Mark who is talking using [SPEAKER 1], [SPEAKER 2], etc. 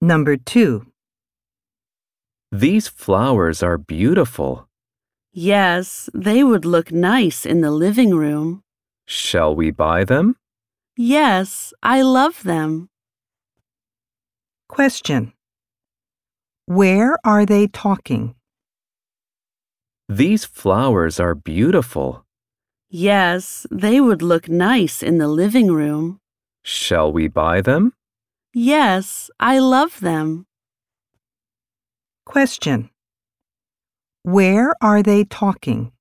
[SPEAKER 1] Number 2.
[SPEAKER 2] These flowers are beautiful.
[SPEAKER 3] Yes, they would look nice in the living room.
[SPEAKER 2] Shall we buy them?
[SPEAKER 3] Yes, I love them.
[SPEAKER 1] Question. Where are they talking?
[SPEAKER 2] These flowers are beautiful.
[SPEAKER 3] Yes, they would look nice in the living room.
[SPEAKER 2] Shall we buy them?
[SPEAKER 3] Yes, I love them.
[SPEAKER 1] Question. Where are they talking?